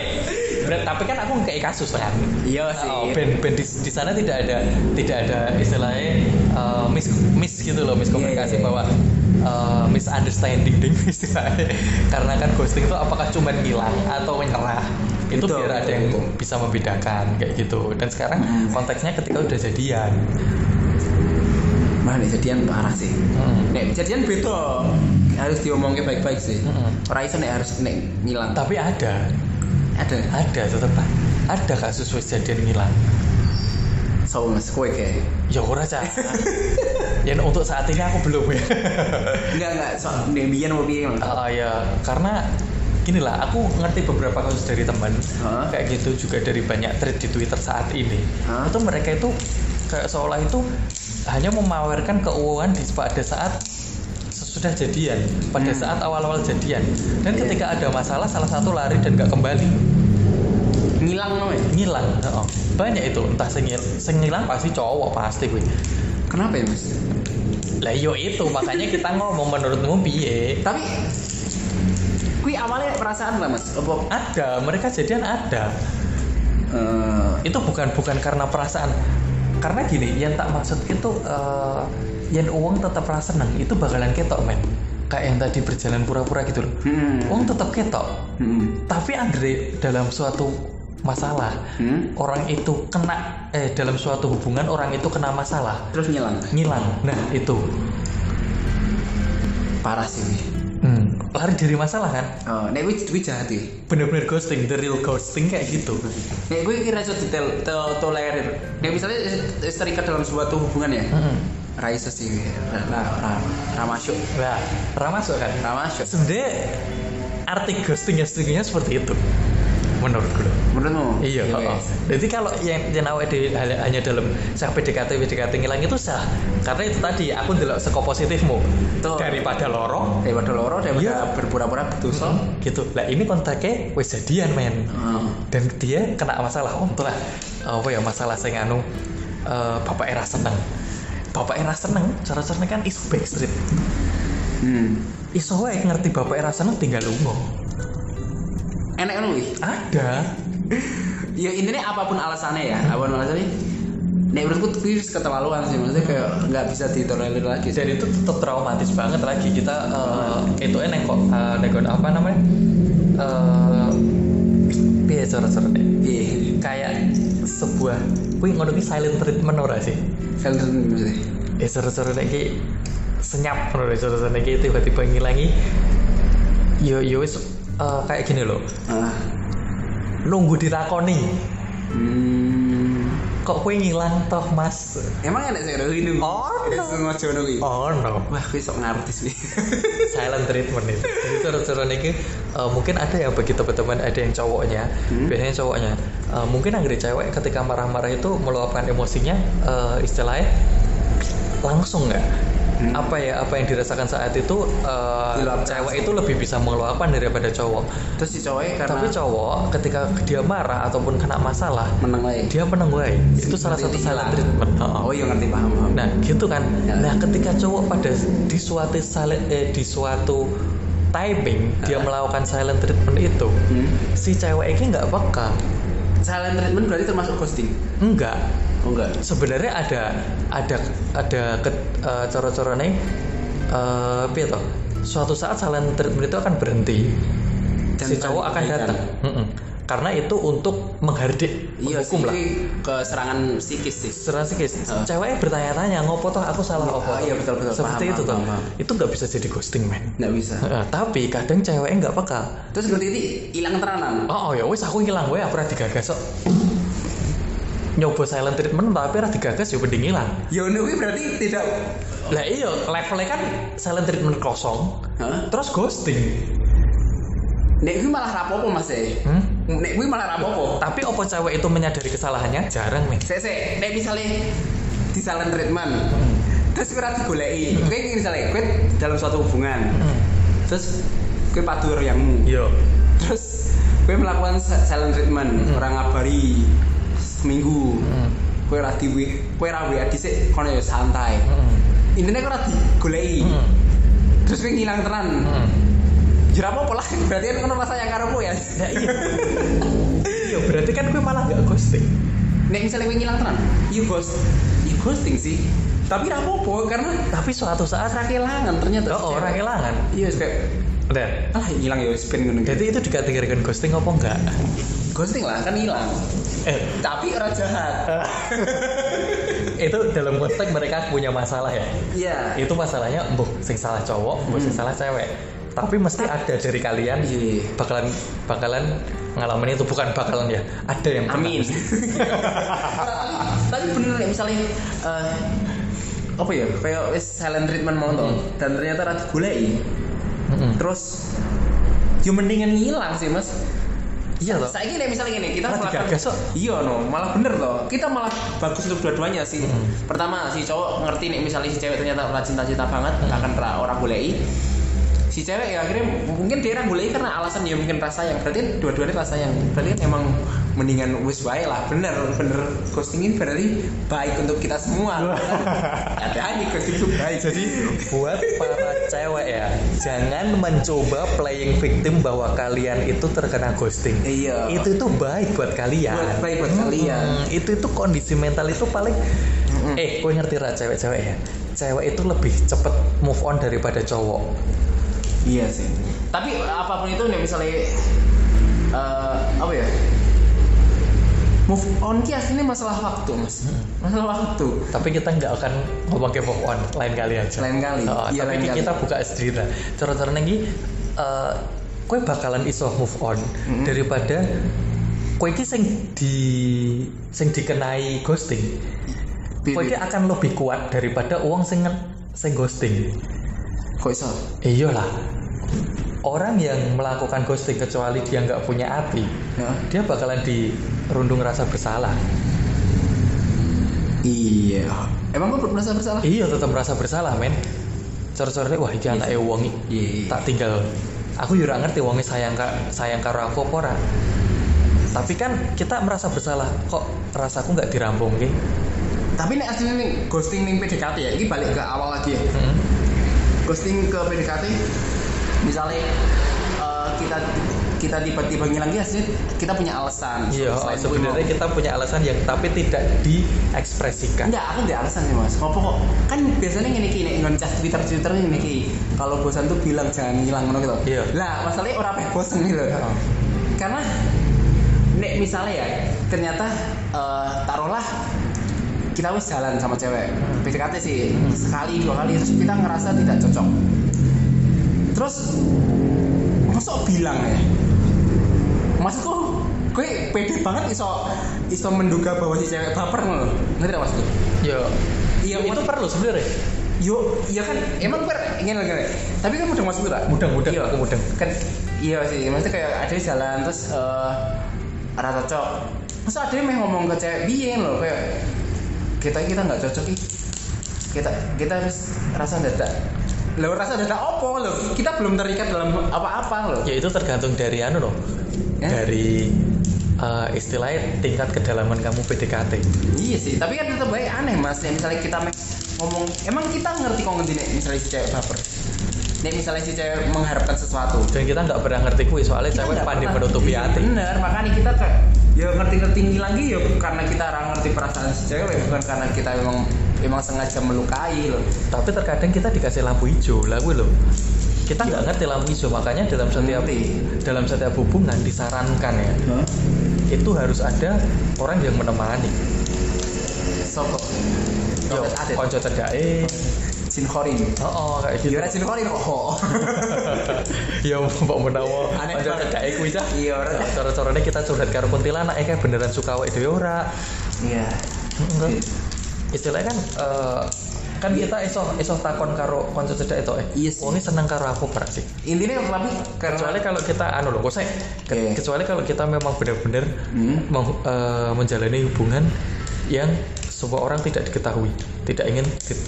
Berat, tapi kan aku nggak kasus kan Iya sih. Oh, band band di, di sana tidak ada tidak ada istilahnya uh, mis mis gitu loh miskomunikasi Iya, iya, iya. bahwa uh, misunderstanding ding istilahnya karena kan ghosting itu apakah cuma hilang atau menyerah itu Betul, biar ada betul, yang betul. bisa membedakan kayak gitu dan sekarang konteksnya ketika udah jadian Malah nek jadian parah sih. Hmm. Nek jadian beda. Harus diomongin baik-baik sih. Mm-mm. Ora iso nek harus nek ngilang. Hmm. tapi ada Ada ada tetap ada kasus wis jadian hilang so mas kowe kayak. ya ora cah yang untuk saat ini aku belum ya Enggak enggak so nek biyen mau piye Mas? Ah, ya karena gini lah aku ngerti beberapa kasus dari teman Hah? kayak gitu juga dari banyak thread di Twitter saat ini Hah? itu mereka itu kayak seolah itu hanya memamerkan keuangan di pada saat sesudah jadian pada Hmm. saat awal-awal jadian dan Iya. ketika ada masalah salah satu lari dan gak kembali Ngilang namanya. ngilang heeh. banyak itu entah sing ngil- sing ngilang pasti cowok pasti gue Kenapa ya mas? lah yo itu makanya kita ngomong menurutmu piye Tapi kui awalnya perasaan lah mas. Apa? ada mereka jadian ada Eh, itu bukan bukan karena perasaan karena gini yang tak maksud itu eh, yang uang tetap rasa seneng itu bakalan ketok men kayak yang tadi berjalan pura-pura gitu loh hmm, uang tetap ketok hmm, tapi anggere dalam suatu masalah hmm. orang itu kena eh dalam suatu hubungan orang itu kena masalah Terus ngilang. ngilang nah itu Parah sih. Wi. hmm. lari dari masalah kan Oh, nek kui kui jahat ya. bener-bener ghosting the real ghosting kayak gitu Nek gue kira iso detail to- tolerir. Nek misalnya is- is terikat dalam suatu hubungan ya. Mm-mm. Ra iso sih. Ra ra ra, ra masuk. nah ramah kan Ra masuk. sebenarnya arti ghosting ghostingnya seperti itu menurutku loh. Menurutmu? iya heeh. jadi kalau yang yang awet di- hal- hanya dalam sah PDKT PDKT ngilang itu sah karena itu tadi aku ndelok seko positifmu Betul. daripada lorong Daripada loro daripada Iya. berpura-pura berdosa. gitu lah ini kontaknya wes jadian men Heeh. dan dia kena masalah untuk lah apa ya masalah sing anu eh, bapak era seneng bapak era seneng cara cara kan iso backstreet Hmm. iso wae ngerti bapak era seneng tinggal lunga enak kan wih Ada. ya intinya apapun alasannya ya apapun alasannya Nek menurutku kuis keterlaluan sih maksudnya kayak nggak bisa ditolerir lagi sih. Dan itu tetap traumatis banget lagi kita eh, itu eneng kok eh, nekon apa namanya? Eh piye cara-cara Iya, kayak sebuah kuwi ngono ki silent treatment ora sih? filter gitu maksudnya. Ya seru-seru lagi senyap menurut seru-seru lagi tiba-tiba ngilangi yo yo wis eh, kayak gini loh Ah. nunggu ditakoni Hmm. kok kue ngilang toh mas Emang enak sih kalau ini? Oh, no. sengaja nunggu. oh no Wah, kuis sok ngartis nih. silent treatment itu jadi cara-cara ini eh, mungkin ada ya bagi teman-teman ada yang cowoknya Hmm. biasanya cowoknya eh, mungkin anggere cewek ketika marah-marah itu meluapkan emosinya eh, istilahnya langsung nggak apa ya apa yang dirasakan saat itu eh, Hmm. Diluapkan cewek itu lebih bisa mengeluarkan daripada cowok Terus si cowoknya karena tapi cowok ketika dia marah ataupun kena masalah menang ya. lagi. dia menang wae. itu Si- salah satu ngerti silent hilang. treatment Oh. Oh iya ngerti paham paham. Nah, gitu kan. Ya. Nah, ketika cowok pada di suatu silent, eh, di suatu timing dia melakukan silent treatment itu, Hmm. si cewek ini nggak peka. Silent treatment berarti termasuk ghosting? Enggak. Oh enggak. Sebenarnya ada ada ada ke- eh, cara-cara nih eh, piye toh? Suatu saat silent treatment itu akan berhenti. Dan si cowok akan kebaikan. datang. Mm-mm. Karena itu untuk menghardik, Iya sih, menghukum lah. ini ke serangan psikis sih. Secara psikis, Ah. ceweknya bertanya-tanya, ngopo toh aku salah Ah, opo. iya, betul, betul. Seperti Paham, itu paham, toh. paham. Itu nggak bisa jadi ghosting man. Nggak bisa. Heeh, tapi kadang cewek nggak peka. Terus ngerti ini hilang teranam. Oh, oh ya wis aku ngilang wae aku ora digagas kok. Nyoba silent treatment tapi ora digagas ya mending ngilang. Ya ini kuwi berarti tidak. Lah iya, levelnya kan silent treatment kosong. Hah? Terus ghosting. Nek kuwi malah rapopo mas ya. Hmm? Nek kuwi malah rapopo. Tapi opo cewek itu menyadari kesalahannya? Jarang, men. Sek sek. Nek misalnya di silent treatment. Terus kira digoleki. Kowe ingin misalnya kowe dalam suatu hubungan. Hmm. Terus kowe padur yang Yo. terus gue melakukan si- silent treatment Hmm. orang ngabari seminggu gue ra di gue ra WA dhisik kono ya santai Hmm. intinya gue ra digoleki terus gue ngilang tenan Hmm. jira apa pola berarti kan kono rasa yang karepmu ya Nah, iya. Iya, berarti kan gue malah nggak ghosting. nek misalnya gue ngilang tenan iya ghost iya ghosting sih tapi ra apa-apa karena Tapi suatu saat ra kehilangan ternyata oh, orang kehilangan. iya wis kayak Udah. alah hilang ya wis ben ngono Jadi itu dikategorikan ghosting apa enggak? ghosting lah kan hilang Eh, tapi ora Hmm. jahat itu dalam konteks mereka punya masalah ya. iya itu masalahnya mbuh sing salah cowok mbuh sing salah cewek tapi mesti ada dari kalian Iya. bakalan bakalan ngalamin itu bukan bakalan ya ada yang pernah. Amin. Tapi bener nih misalnya eh, apa ya kayak wis silent treatment mau toh dan ternyata rada digoleki. Mm-mm. Terus yo mendingan ngilang sih, Mas. iya loh Saiki nih misalnya gini, kita Malah melakukan- digagas, kok. Iya no, malah bener loh. Kita malah bagus untuk dua-duanya sih. Hmm. Pertama si cowok ngerti nih misalnya si cewek ternyata ora cinta-cinta banget, Hmm. nggak akan pernah orang goleki. Si cewek ya akhirnya mungkin dia orang goleki karena alasan ya mungkin rasa yang berarti dua-duanya rasa yang berarti kan emang mendingan wis wae lah bener bener ghostingin berarti baik untuk kita semua. Ada aja ghosting itu baik. jadi buat para cewek ya jangan mencoba playing victim bahwa kalian itu terkena ghosting Iya. itu itu baik buat kalian Hmm, Buat- baik buat kalian. itu itu kondisi mental itu paling eh gue ngerti lah cewek-cewek ya cewek itu lebih cepet move on daripada cowok Iya sih. Tapi apapun itu nih misalnya eh, apa ya? Move on ki akhirnya masalah waktu mas. Hmm. Masalah waktu. tapi kita nggak akan ngomong ke move on lain kali aja Lain kali. Oh, Iya, tapi lain ki- kali. kita buka cerita cara-cara lagi eh kue bakalan iso move on daripada kue ki sing di sing dikenai ghosting kue ki Bibit. akan lebih kuat daripada uang sing nge- sing ghosting Kok iso? iyalah orang yang melakukan ghosting kecuali dia nggak punya hati Ya. dia bakalan dirundung rasa bersalah Iya. Emang kok merasa bersalah? Iya tetap merasa bersalah men. Cor-cornya wah iki anake wong i- Iya. tak tinggal. Aku yo ora ngerti wonge sayang ka, sayang karo aku apa ora. Tapi kan kita merasa bersalah kok rasaku nggak dirampung ki. Tapi nih aslinya nih ghosting nih PDKT ya. Ini balik ke awal lagi ya. Mm-mm. Ghosting ke PDKT. Misalnya eh, kita kita tiba-tiba ngilang ya sih kita punya alasan Iya, Selain gue sebenarnya mau- kita punya alasan yang tapi tidak diekspresikan. Enggak, aku nggak alasan sih mas. Ngopo kok? Kan biasanya ngene ki nek ngoncah Twitter Twitter ngene ki. Kalau bosan tuh bilang jangan hilang ngono gitu. Iya. Lah, masalahnya orang peh bosan gitu. Karena nek misalnya ya, ternyata eh, taruhlah kita wis jalan sama cewek. PDKT sih sekali dua kali terus kita ngerasa tidak cocok. Terus masuk bilang ya. Maksudku gue pede banget iso iso menduga bahwa si cewek baper ngono. lho. Ngerti gak maksudku? Iya. Iya, itu maksud- perlu sebenarnya. Yo, iya kan, emang per ingin lagi Tapi kan mudeng masuk tak? Mudeng, mudeng, Iya. aku mudeng. Kan, iya sih, maksudnya kayak ada yang jalan terus eh arah cocok. Masa ada yang meh ngomong ke cewek biyen loh kayak kita kita nggak cocok ih. Kita kita harus rasa dadak. Loh rasa dadak opo loh? Kita belum terikat dalam apa-apa loh. Ya itu tergantung dari anu loh. Eh? Dari eh, istilahnya tingkat kedalaman kamu PDKT. Iya sih, tapi kan tetap baik aneh mas. Ya, misalnya kita me- ngomong, emang kita ngerti kok ngerti nek misalnya si cewek baper. Nek misalnya si cewek mengharapkan sesuatu, Dan kita nggak pernah ngerti kuwi soalnya Kita cewek nggak pandai pernah- menutupi Iya, hati. bener makanya kita kayak ya ngerti-ngerti lagi ya karena kita orang ngerti perasaan si cewek bukan karena kita memang memang sengaja melukai loh Tapi terkadang kita dikasih lampu hijau lah gue loh. Kita nggak Iya. ngerti lampu hijau makanya dalam setiap Ngerti. dalam setiap hubungan disarankan ya itu harus ada orang yang menemani. soko Yo, Dompet adet. konco cedake. jin khorin Oh, oh, kayak gitu. ya ora jin khorin oh ya mbok menawa Aneh aja banget. cedake kuwi cah. iya ora Cara-carane kita curhat karo kuntilanak eh kayak beneran suka awake dhewe ora. iya Enggak. Istilahnya kan eh, kan kita iso iso takon karo konco cedake tok eh. Iya sih. Wonge seneng karo aku ora sih. intinya tapi Kecuali kalau karena kita anu loh, kosek. Ke- Oke. Kecuali kalau kita memang benar-benar Hmm. meng- eh, menjalani hubungan yang semua orang tidak diketahui, tidak ingin di-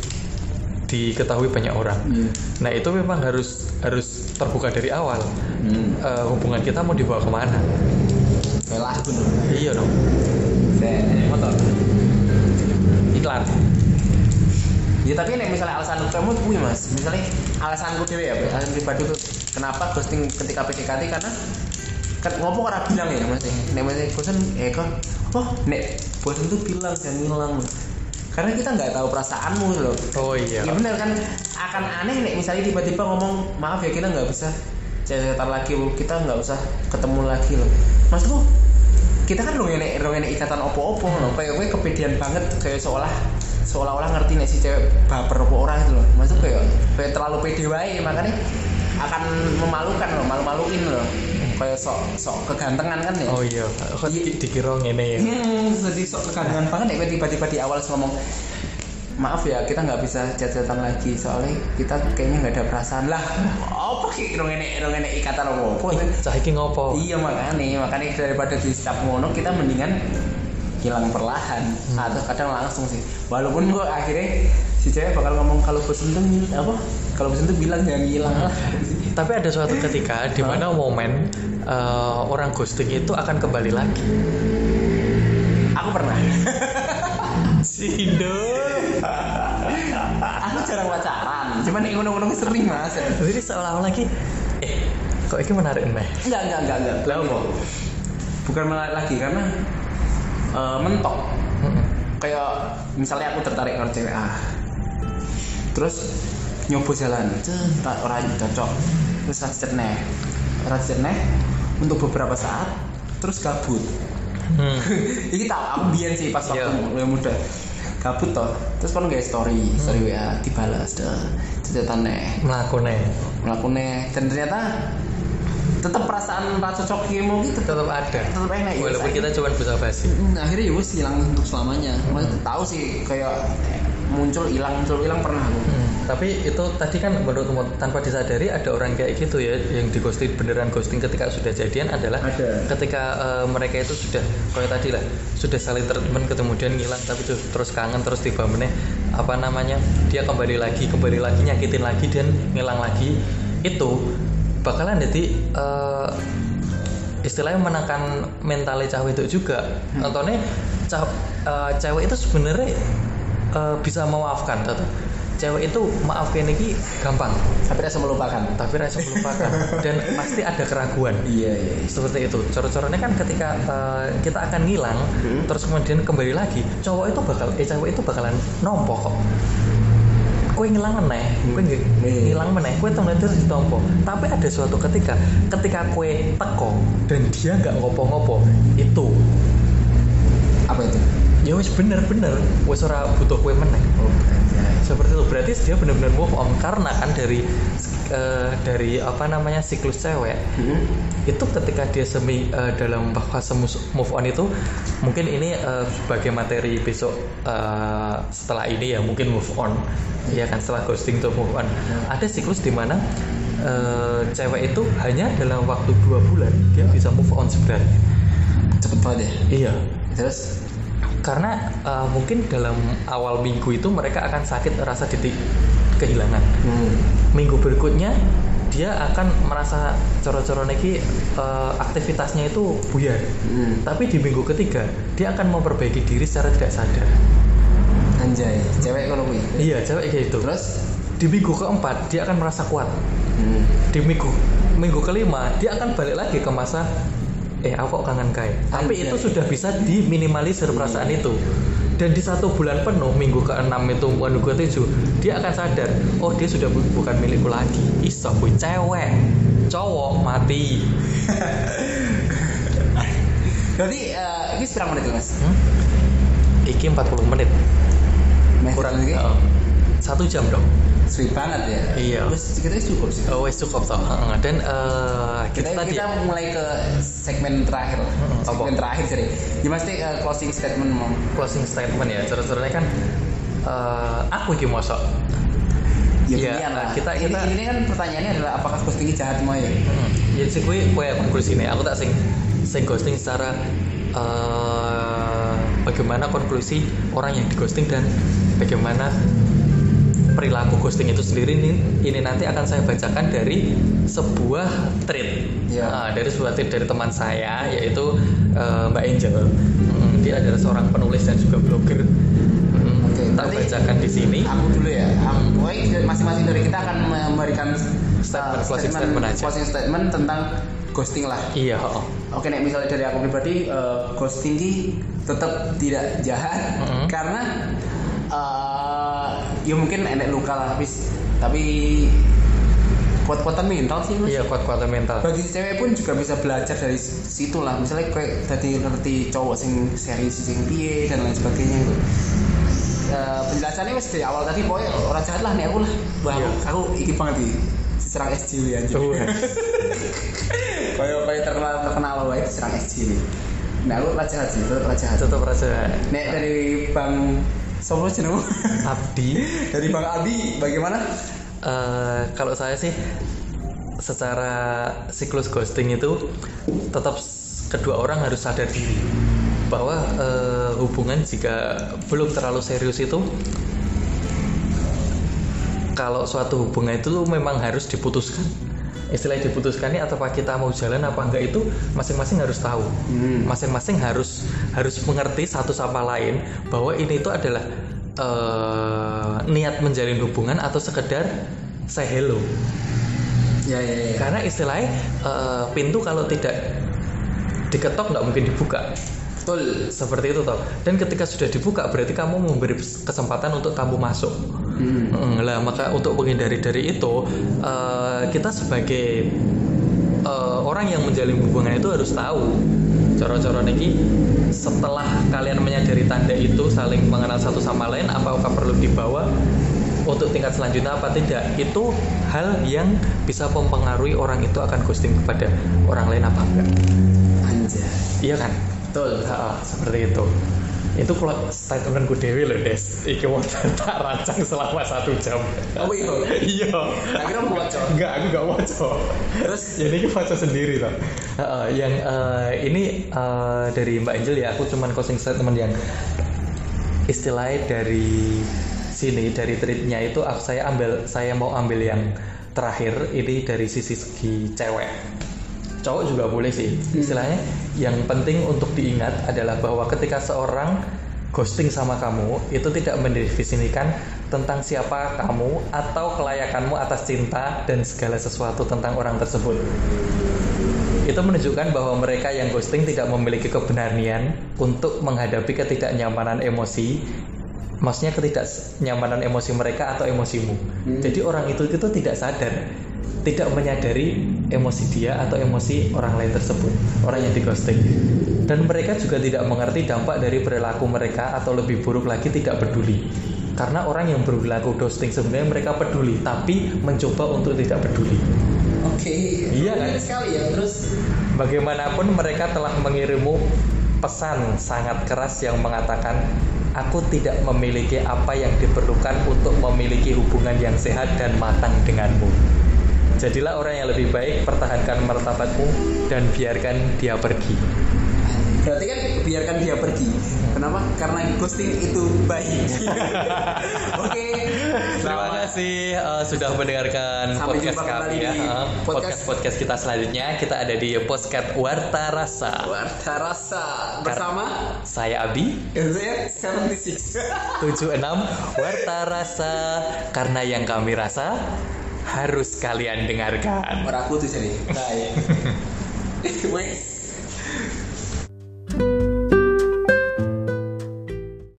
diketahui banyak orang. Nah itu memang harus harus terbuka dari awal. hmm. Eh, hubungan kita mau dibawa kemana? belah pun Iya dong. motor Iklan. Ya tapi nek misalnya alasan kamu tuh mas, misalnya alasanku dewe ya, alasan pribadi tuh kenapa ghosting ketika PDKT karena kan ngomong orang bilang ya mas, ya. nek mas bosan eh kok, oh nek bosan tuh bilang dan hilang karena kita nggak tahu perasaanmu gitu loh. Oh iya. Ya benar kan akan aneh nek misalnya tiba-tiba ngomong maaf ya kita nggak bisa cerita lagi Bu. kita nggak usah ketemu lagi loh. Maksudku kita kan dong enek dong enek ikatan opo-opo Hmm. loh. Kayak gue kepedean banget kayak seolah seolah-olah ngerti nek si cewek baper opo orang itu loh. Maksudku kayak kayak terlalu pede wae makanya akan memalukan loh, malu-maluin loh. Kayak sok sok kegantengan kan ya. Oh iya. Kok di- dikira ngene ya? Hmm, jadi sok kegantengan banget nek tiba-tiba di awal terus ngomong maaf ya kita nggak bisa chat-chatan lagi soalnya kita kayaknya nggak ada perasaan lah apa sih dong ini dong ini ikatan apa apa Cah iki ngopo? iya makanya makanya daripada di setiap ngono kita mendingan hilang perlahan atau kadang langsung sih walaupun gua akhirnya si cewek bakal ngomong kalau bosen tuh ngil- apa kalau bosen tuh bilang jangan hilang lah Tapi ada suatu ketika di mana momen eh, orang ghosting itu akan kembali lagi. aku pernah Sindo. aku jarang pacaran cuman yang ngono-ngono sering mas Jadi seolah-olah lagi eh kok ini menarik meh. enggak enggak enggak enggak Lah apa? bukan menarik lagi karena eh, mentok kayak misalnya aku tertarik karo cewek A terus nyoba jalan Cet, tak orang cocok terus racet neh racet neh untuk beberapa saat terus kabut Hmm. ini tak aku biyen sih pas waktu Iya. mulai muda kabut toh terus kan nggak story story WA dibalas dah cetetan neh Melakukannya melakukannya dan ternyata tetap perasaan rasa cocok kimo gitu tetap ada. tetap enak ya, Walaupun saya- kita cuma bisa basi. Hmm, akhirnya ya wes hilang untuk selamanya Maksudnya tahu sih kayak muncul hilang muncul hilang pernah aku Hmm, Tapi itu tadi kan menurutmu tanpa disadari ada orang kayak gitu ya yang di ghosting beneran ghosting ketika sudah jadian adalah Ada. ketika eh, mereka itu sudah kayak tadi lah sudah saling treatment kemudian ngilang tapi tuh terus kangen terus tiba meneh apa namanya dia kembali lagi kembali lagi nyakitin lagi dan ngilang lagi itu bakalan jadi eh, istilahnya menekan mentalnya cah itu juga contohnya cah- eh, cewek itu sebenarnya eh, bisa memaafkan tetap cewek itu maaf kene iki gampang Tapi rasa melupakan. tapi rasa melupakan dan pasti ada keraguan Iya iya. seperti itu coro-coronya kan ketika eh, kita akan ngilang Hmm. terus kemudian kembali lagi cowok itu bakal eh cewek itu bakalan nompo kok kue ngilang meneh kue ngi- Hmm. ngilang meneh kue temen terus ditompo tapi ada suatu ketika ketika kue teko dan dia nggak ngopo-ngopo itu Apa itu? ya wis bener-bener wis ora butuh kue meneh Oh, seperti itu berarti dia benar-benar move on karena kan dari eh, dari apa namanya siklus cewek Hmm? itu ketika dia semi eh, dalam fase mus- move on itu mungkin ini eh, sebagai materi besok eh, setelah ini ya mungkin move on ya kan setelah ghosting to move on ada siklus di mana eh, cewek itu hanya dalam waktu dua bulan dia bisa move on sebenarnya Cepet banget ya. iya Terus karena eh, mungkin dalam awal minggu itu mereka akan sakit rasa titik kehilangan hmm. minggu berikutnya dia akan merasa coro-coro lagi eh, aktivitasnya itu buyar Hmm. tapi di minggu ketiga dia akan memperbaiki diri secara tidak sadar anjay, cewek ngono kuwi. iya cewek kayak gitu Terus di minggu keempat dia akan merasa kuat hmm. di minggu minggu kelima dia akan balik lagi ke masa eh aku kok kangen kae tapi Anjay. itu sudah bisa diminimalisir perasaan itu dan di satu bulan penuh minggu keenam itu minggu ketujuh dia akan sadar oh dia sudah bu- bukan milikku lagi iso kuwi cewek cowok mati Berarti eh, ini sekarang menit Mas? Hmm? iki 40 menit Meh kurang lagi. eh, satu jam dong Sweet banget ya. Iya. Terus kita cukup sih. oh, wes cukup toh Heeh. dan eh, kita, Kita, tadi kita mulai ke segmen terakhir. Hmm, apa? segmen terakhir sih. Gimana sih eh, closing statement mau? closing statement ya terus-terusnya kan eh, aku iki mosok Iya, pilihan lah. kita- ini, kita- ini kan pertanyaannya adalah apakah ghosting ini jahat semua ya? Hmm. Ya sih gue gue konklusinya aku tak sing sing ghosting secara eh, bagaimana konklusi orang yang di ghosting dan bagaimana perilaku ghosting itu sendiri ini, ini nanti akan saya bacakan dari sebuah thread Ya. Ah, dari sebuah thread dari teman saya yaitu eh, Mbak Angel Hmm, dia adalah seorang penulis dan juga blogger Hmm, Oke, tak berarti- bacakan di sini Aku dulu ya. Aku, pokoknya masing-masing dari kita akan memberikan eh, Statement, closing statement aja. closing statement tentang ghosting lah. iya oh. Oke, nek misalnya dari aku pribadi, eh, ghosting ini tetap tidak jahat Mhm. karena eh, ya mungkin enek luka lah, wis. Tapi kuat-kuatan mental sih mas. iya kuat-kuatan mental Bagi si cewek pun juga bisa belajar dari situ lah. Misalnya kayak tadi ngerti cowok sing serius, sing piye dan lain sebagainya itu. Eh, penjelasannya wis dari awal tadi pokoknya orang jahat lah nek aku lah. Wah, Iya. aku, aku iki banget iki. Serang SJW anjir Wah. kayak kayak terkenal terkenal loh itu serang SC ini nah aku raja haji itu raja haji tetap rasa nek dari bang Sopo jenengmu Abdi dari bang Abi bagaimana Eh, kalau saya sih secara siklus ghosting itu tetap s- kedua orang harus sadar diri bahwa eh, hubungan jika belum terlalu serius itu kalau suatu hubungan itu memang harus diputuskan istilahnya diputuskannya atau kita mau jalan apa enggak itu masing-masing harus tahu Hmm. masing-masing harus harus mengerti satu sama lain bahwa ini itu adalah eh, niat menjalin hubungan atau sekedar say hello ya ya ya karena istilahnya eh, pintu kalau tidak diketok nggak mungkin dibuka betul seperti itu toh dan ketika sudah dibuka berarti kamu memberi kesempatan untuk kamu masuk hmm. Mm, lah maka untuk menghindari dari itu eh, kita sebagai eh, orang yang menjalin hubungan itu harus tahu coro-coro niki setelah kalian menyadari tanda itu saling mengenal satu sama lain apakah perlu dibawa untuk tingkat selanjutnya apa tidak itu hal yang bisa mempengaruhi orang itu akan ghosting kepada orang lain apa enggak anjay iya kan betul Ah, seperti itu itu kalau statementku dewi loh des iki mau tak rancang selama satu jam oh iya iya akhirnya mau bocor enggak aku enggak waca terus jadi ini waca sendiri toh Heeh, yang eh, ini eh, dari Mbak Angel ya aku cuman closing statement yang istilahnya dari sini dari treatnya itu ah, saya ambil saya mau ambil yang terakhir ini dari sisi segi cewek cowok juga boleh sih istilahnya yang penting untuk diingat adalah bahwa ketika seorang ghosting sama kamu itu tidak mendefinisikan tentang siapa kamu atau kelayakanmu atas cinta dan segala sesuatu tentang orang tersebut. Itu menunjukkan bahwa mereka yang ghosting tidak memiliki keberanian untuk menghadapi ketidaknyamanan emosi, maksudnya ketidaknyamanan emosi mereka atau emosimu. Hmm. Jadi orang itu itu tidak sadar, tidak menyadari emosi dia atau emosi orang lain tersebut, orang yang di ghosting. Dan mereka juga tidak mengerti dampak dari perilaku mereka atau lebih buruk lagi tidak peduli. Karena orang yang berlaku ghosting sebenarnya mereka peduli, tapi mencoba untuk tidak peduli. Oke. Iya, kan? Menarik sekali ya. Terus Bagaimanapun mereka telah mengirimu pesan sangat keras yang mengatakan aku tidak memiliki apa yang diperlukan untuk memiliki hubungan yang sehat dan matang denganmu. Jadilah orang yang lebih baik, pertahankan martabatmu dan biarkan dia pergi. berarti kan biarkan dia pergi. Kenapa? Karena ghosting itu baik. Oke. Terima selamat. kasih eh, sudah mendengarkan Sampai podcast jumpa kami kembali ya. di Eh, podcast- Podcast-podcast kita selanjutnya kita ada di podcast Warta Rasa. Warta rasa bersama Saya Abi. LZ 76 76 Warta Rasa karena yang kami rasa harus kalian dengarkan. Orang putih jadi. Bye. Wes.